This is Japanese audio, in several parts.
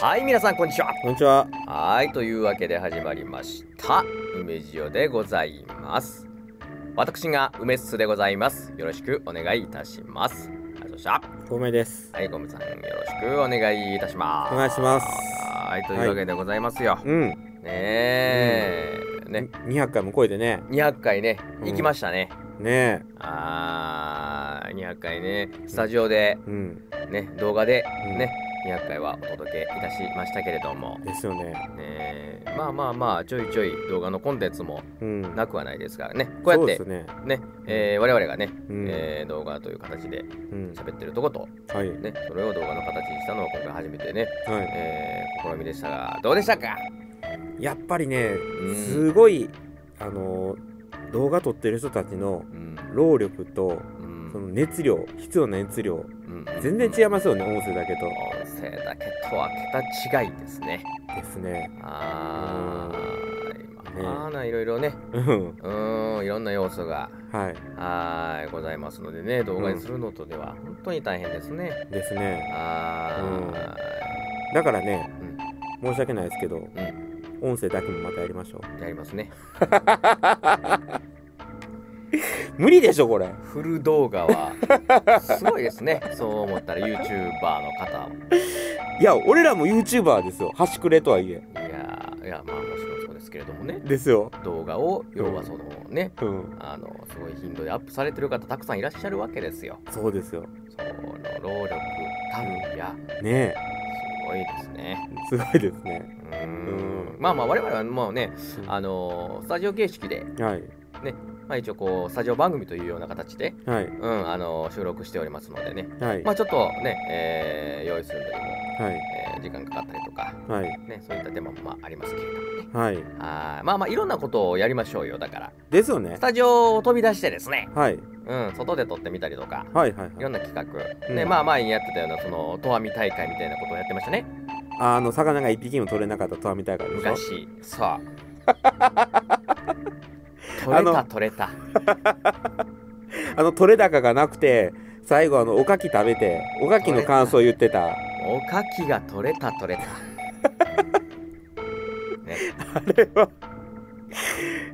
はい、皆さん、こんにちは。こんにちは。はい、というわけで始まりました。梅塩でございます。私が梅っすでございます。よろしくお願いいたします。ありがとうございました。ごめんです。はい、ゴムさん、よろしくお願いいたします。お願いしますはい、というわけでございますよ。うん。ねえ、ね、 200回も超えてね。 200回ね、うん行きましたね。ねあー、200回ね、スタジオでえ。うん。ね、動画でうんね、200回はお届けいたしましたけれども、ねですよね。えまあまあまあ、ちょいちょい動画のコンテンツもうん。なくはないですからね、こうやってそうですね。ね、えー我々がね、うんえー動画という形でうん。喋ってるとこと、はい。ね、それを動画の形にしたのは今回初めてね、はい。えー試みでしたがどうでしたかやっぱりねん、すごい、あのー、動画撮ってる人たちのうん労力と、うんその熱量、必要な熱量、うん全然違いますよね、音声だけと。音声だけとは桁違いですねですね。あうーんまあないろいろねうん。うーんいろんな要素がはい。はーいございますのでね動画にするのとでは本当に大変ですね、ですね。あだからねうん、申し訳ないですけど、ー音声だけもまたやりましょう。うんやりますね無理でしょ、これ。フル動画はすごいですねそう思ったら YouTuber の方はいや、俺らも YouTuber ですよ。端くれとはいえ。やーいやまあもちろんそうですけれどもねですよ。動画を要はそのねうん。あのすごい頻度でアップされてる方たくさんいらっしゃるわけですよ。そうですよ。その労力たるやねえ。すごいですね。すごいですねう。ーんうんまあまあ我々はもうねうんあのスタジオ形式で、はい。まあ、一応こうスタジオ番組というような形で、はい。うん、あの収録しておりますのでね、はい。まあ、ちょっとね、えー用意するのにも、はい。えー時間かかったりとか、はい。ね、そういった手間もまあありますけれどもねはい。あーまあまあいろんなことをやりましょうよだからですよスね。タジオを飛び出してですね、はい。うん、外で撮ってみたりとかはいはいいはろい。んな企画、うんでまあ前にやってたようなそのとわみ大会みたいなことをやってましたねあの、魚が一匹も取れなかったとはみたいからでしょ。昔 さあ取れたあの取れたあの、取れ高がなくて、最後あの、おかき食べて、おかきの感想言ってた。あおかきが取れた取れたねれは、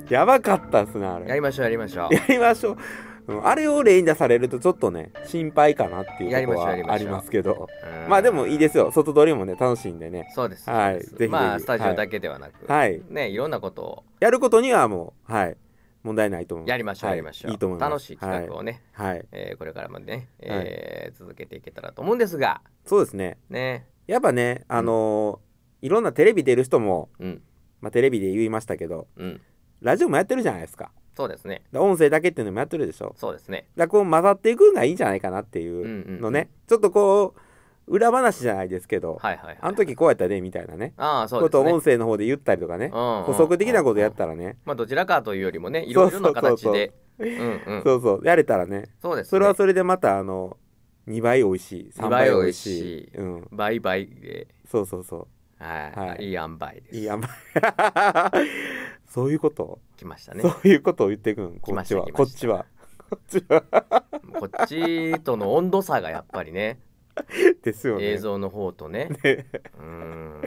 やばかったっすね、やあれ。りましょうやりましょうやりましょう。うんあれを例に出されるとちょっとね、心配かなっていうところやりましょうやりはまあしょうりますけど。うんまあでもいいですよ。外取りもね、楽しいんでね。そうですはいそうですぜひぜひまあスタジオだけではなく、はい。ねいろんなことをやることにはもう、はい。問題ないと思う。やりましょう、はいやりましょういいと思います。楽しい企画を。をね、はい。えーこれからもね、えー続けていけたらと思うんですがそうですね。ねやっぱね、あのーいろんなテレビ出る人も、うんまあ、テレビで言いましたけど、うんラジオもやってるじゃないですか。そうですねだ音声だけっていうのもやってるでしょ。そうですねだからこう混ざっていくのがいいんじゃないかなってうんいううんのね。ちょっとこう、裏話じゃないですけど、はいはいはいあの時こうやったで、みたいなね。ああそうこですとをね音声の方で言ったりとかね。補足的なことやったらね。まあどちらかというよりもねいそろいうそろうな形そうでうんうん そうそう。やれたらね。そうですねそれはそれでまたあの2倍美味しい二倍3倍美美味味しいしいうん、倍倍でそうそうそはい、、はいいい塩梅でうすいい塩梅 そういうこと、来ましたねそういうことを言ってくん来こまっしちたは来こまっしたちはこっちは こっちとの温度差がやっぱりねですよね映像の方とねねうーん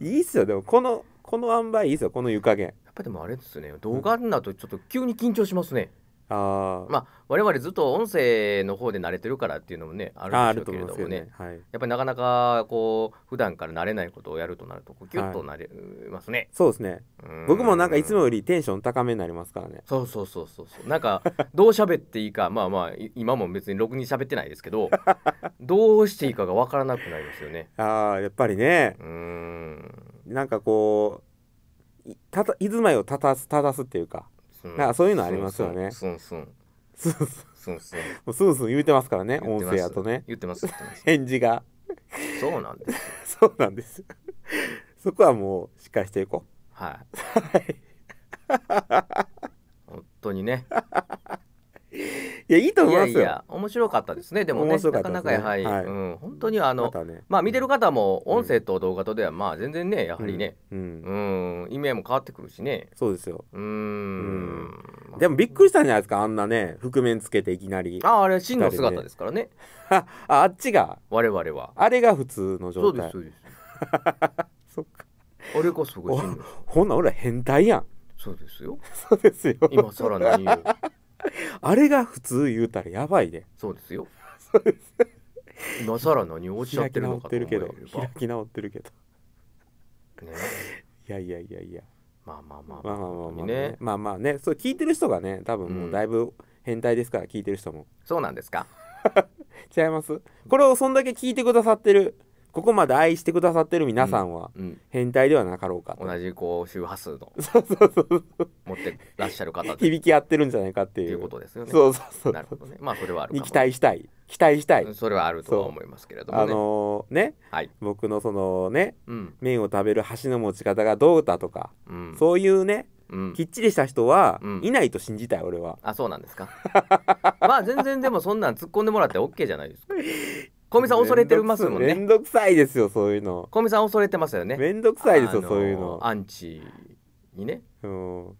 いいっすよでもこのこの塩梅いいっすよこの湯加減やっぱでもあれですよね動画になるとちょっと急に緊張しますね、あーまあ我々ずっと音声の方で慣れてるからっていうのもねああーあるんるでしょとうけ思れいまどすもけどねねはいやっぱりなかなかこう普段から慣れないことをやるとなるとこうギュッとなれますね、そうですねう僕もなんかいつもよりテンション高めになりますからねそうそうそうそうそうなんかどう喋っていいか まあまあい今も別にろくに喋ってないですけ どどうしていいかがわからなくなりますよねあーやっぱりねうーんなんかこういたた居住まいをたたすたたすっていうかすんなんかそういうのありますよねすんすんスンスンすんすんすんもうスンスン言うてますからね言っ音てます声やとね言ってます言ってます返事が そうなんですそうなんですそこはもうしっかりしていこはい本当にねういやいいとい思いまやすいよや面白かったですねでもね面白かなったかですねなかやはり、はいうん、本当にあの、またねまあ見てる方も音声と動画とではまあ全然ねやはりね、うん、うん、意味合いも変わってくるしねそうですようーんうんでもびっくりしたんじゃないですかあんなね覆面つけていきなりあああれ真の姿ですからね ああっちが我々はあれが普通のそ状うです態そうです そっかあれこそが真のほんな俺ら変態やん そうですよそうですよ今さら何をあれが普通言うたらやばいでそうです よ今さら何をおっしゃっ開てきる直のっかてとる思えけれど開ばき直ってるけどねいやいやいやいやまあまあまあまあまあまあ本当まあにねねまあまあねそう聞いてる人がね多分もうだいぶ変態ですから聞いてる人もそうなんですか違いますこれをそんだけ聞いてくださってるここまで愛してくださってる皆さんは うん変態ではなかろうかと同じこう周波数のそうそうそう持ってらっしゃる方で響き合ってるんじゃないかってっていいううことですよ ねそうそうそうなるほどねまあそれはあるかにも期待したい期待したい、それはあるとは思いますけれどあもねのーね、はい僕のそのねうん麺を食べる箸の持ち方がどうだとか、うんそういうねうんきっちりした人はうんいないと信じたい俺はあそうなんですかまあ全然でもそんなん突っ込んでもらって OK じゃないです か小見さん恐れてますもんめねんどくさいですよそういうの小見さん恐れてますよねめんどくさいですよあのそういうのアンチにね、うんうん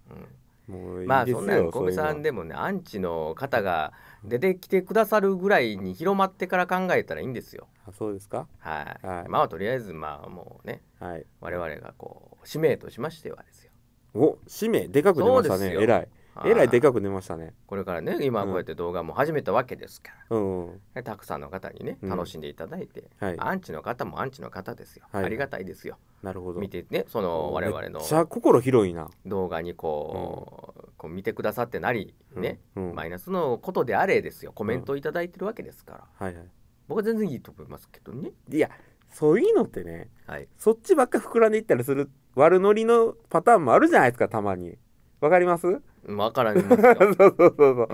もういいですよまあそんなん小そうい見うのさんでもねアンチの方が出てきてくださるぐらいに広まってから考えたらいいんですよあそうですかはい、はいまあとりあえずまあもうねはい我々がこう使命としましてはですよお氏名でかく出ましたそうでねすよえらいはいえらいでかく出ましたねこれからね今こうやって動画も始めたわけですから、うんうんねたくさんの方にねうん楽しんでいただいて、はいアンチの方もアンチの方ですよ、はいありがたいですよなるほど見てねその我々のめっちゃ心広いな動画にこう,、こう見てくださってなりね、うんうんマイナスのことであれですよコメントをいただいてるわけですから、はいは僕は全然いいと思いますけどねいいやそういうのってねはいそっちばっか膨らんでいったりする悪ノリのパターンもあるじゃないですかたまにわか りますそう分からんます よそうそうそう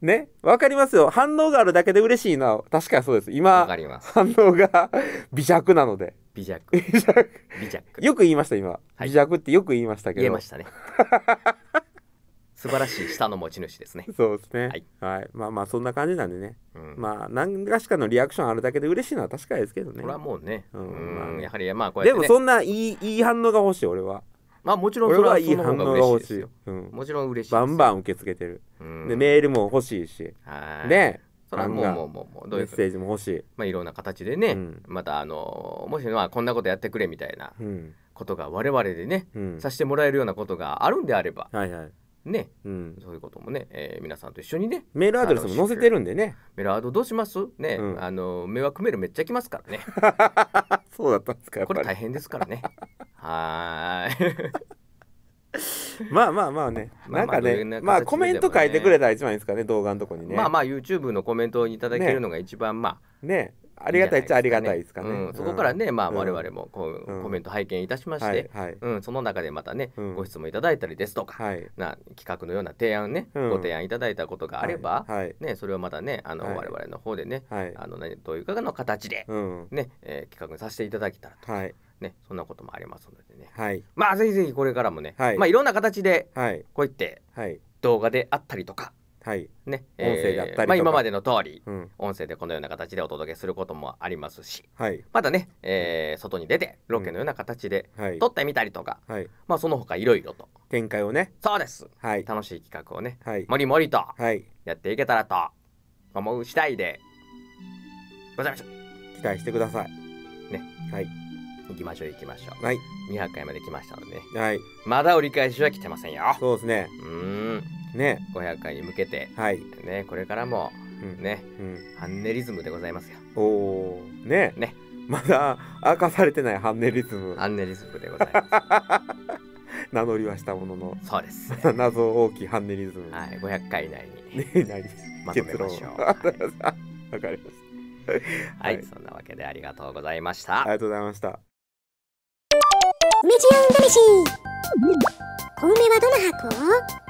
ねわかりますよ反応があるだけで嬉しいな確かにそうですわ今かります反応が 微弱なので微弱 微弱微弱よく言いました今、はい微弱ってよく言いましたけど言えましたね 素晴らしい舌の持ち主ですね、そうですねはい、はい、まあまあそんな感じなんでねうんまあ何がしかのリアクションあるだけで嬉しいのは確かですけどねこれはもうね、ううんんまあねやはりまあこうでやって、もね、そんないいいい反応が欲しい俺はまあもちろん俺それははいいその反方応がが嬉しいで欲しすいようん、もちろん嬉しいですよバンバン受け付けてる、うんでメールも欲しいし、はいねそれはもうガンガンもうもうもうどうメいッうセージも欲しい、まあいろんな形でね、うんまたあのもしまあこんなことやってくれみたいなうんことが我々でね、うん、させてもらえるようなことがあるんであればはいはい、ねうん、そういうこともね、えー皆さんと一緒にねメールアドレスも載せてるんでねメールアドどうしますね、うんあの迷惑メールめっちゃ来ますからねあそうだったんですかやっこぱれ大り変ですからねはーいまあまあまあねまなあんかまあどういう形でねもねまあコメント書いてくれたら一番いいですかね動画のとこに ねまあまあ YouTube のコメントをいただけるのが一番まあねありがたいっちゃありがたいですかね、うんそこからね、まあ、うん我々もこう、うんコメント拝見いたしまして、はいはいうん、その中でまたね、うんご質問いただいたりですとか、はいな企画のような提案ね、うんご提案いただいたことがあれば、はいね、それをまたねあの、はい我々の方でねはい、はいあのねどういうかの形で、うんねえー企画にさせていただけたらと、はいね、そんなこともありますのでねはいまあぜひぜひこれからもね、はいまあ、いろんな形ではいこういってはい動画であったりとか、はいね音声であったりとかまあ、今までの通りうん音声でこのような形でお届けすることもありますし。はいまだね、えー外に出てロケのような形ではい撮ってみたりとか、はいまあその他いろいろと展開をねそうですはい楽しい企画をねはいもりもりとはいやっていけたらと思う次第でございましょう期待してくださいねはい行きましょう行きましょはい、う200回まで来ましたのでねはい、まだ折り返しは来てませんよそうですねうーんね500回に向けてはい、ねこれからもうんねうん、ハンネリズムでございますよおおねねまだ明かされてないハンネリズムハンネリズムでございま 名乗りはしたものの すそうです謎大きいハンネリズム、はい500回以内にねないまとめ結ま論しょうわかりましたはい、はいそんなわけでありがとうございましたありがとうございました梅ジアンドレシー小梅はどの箱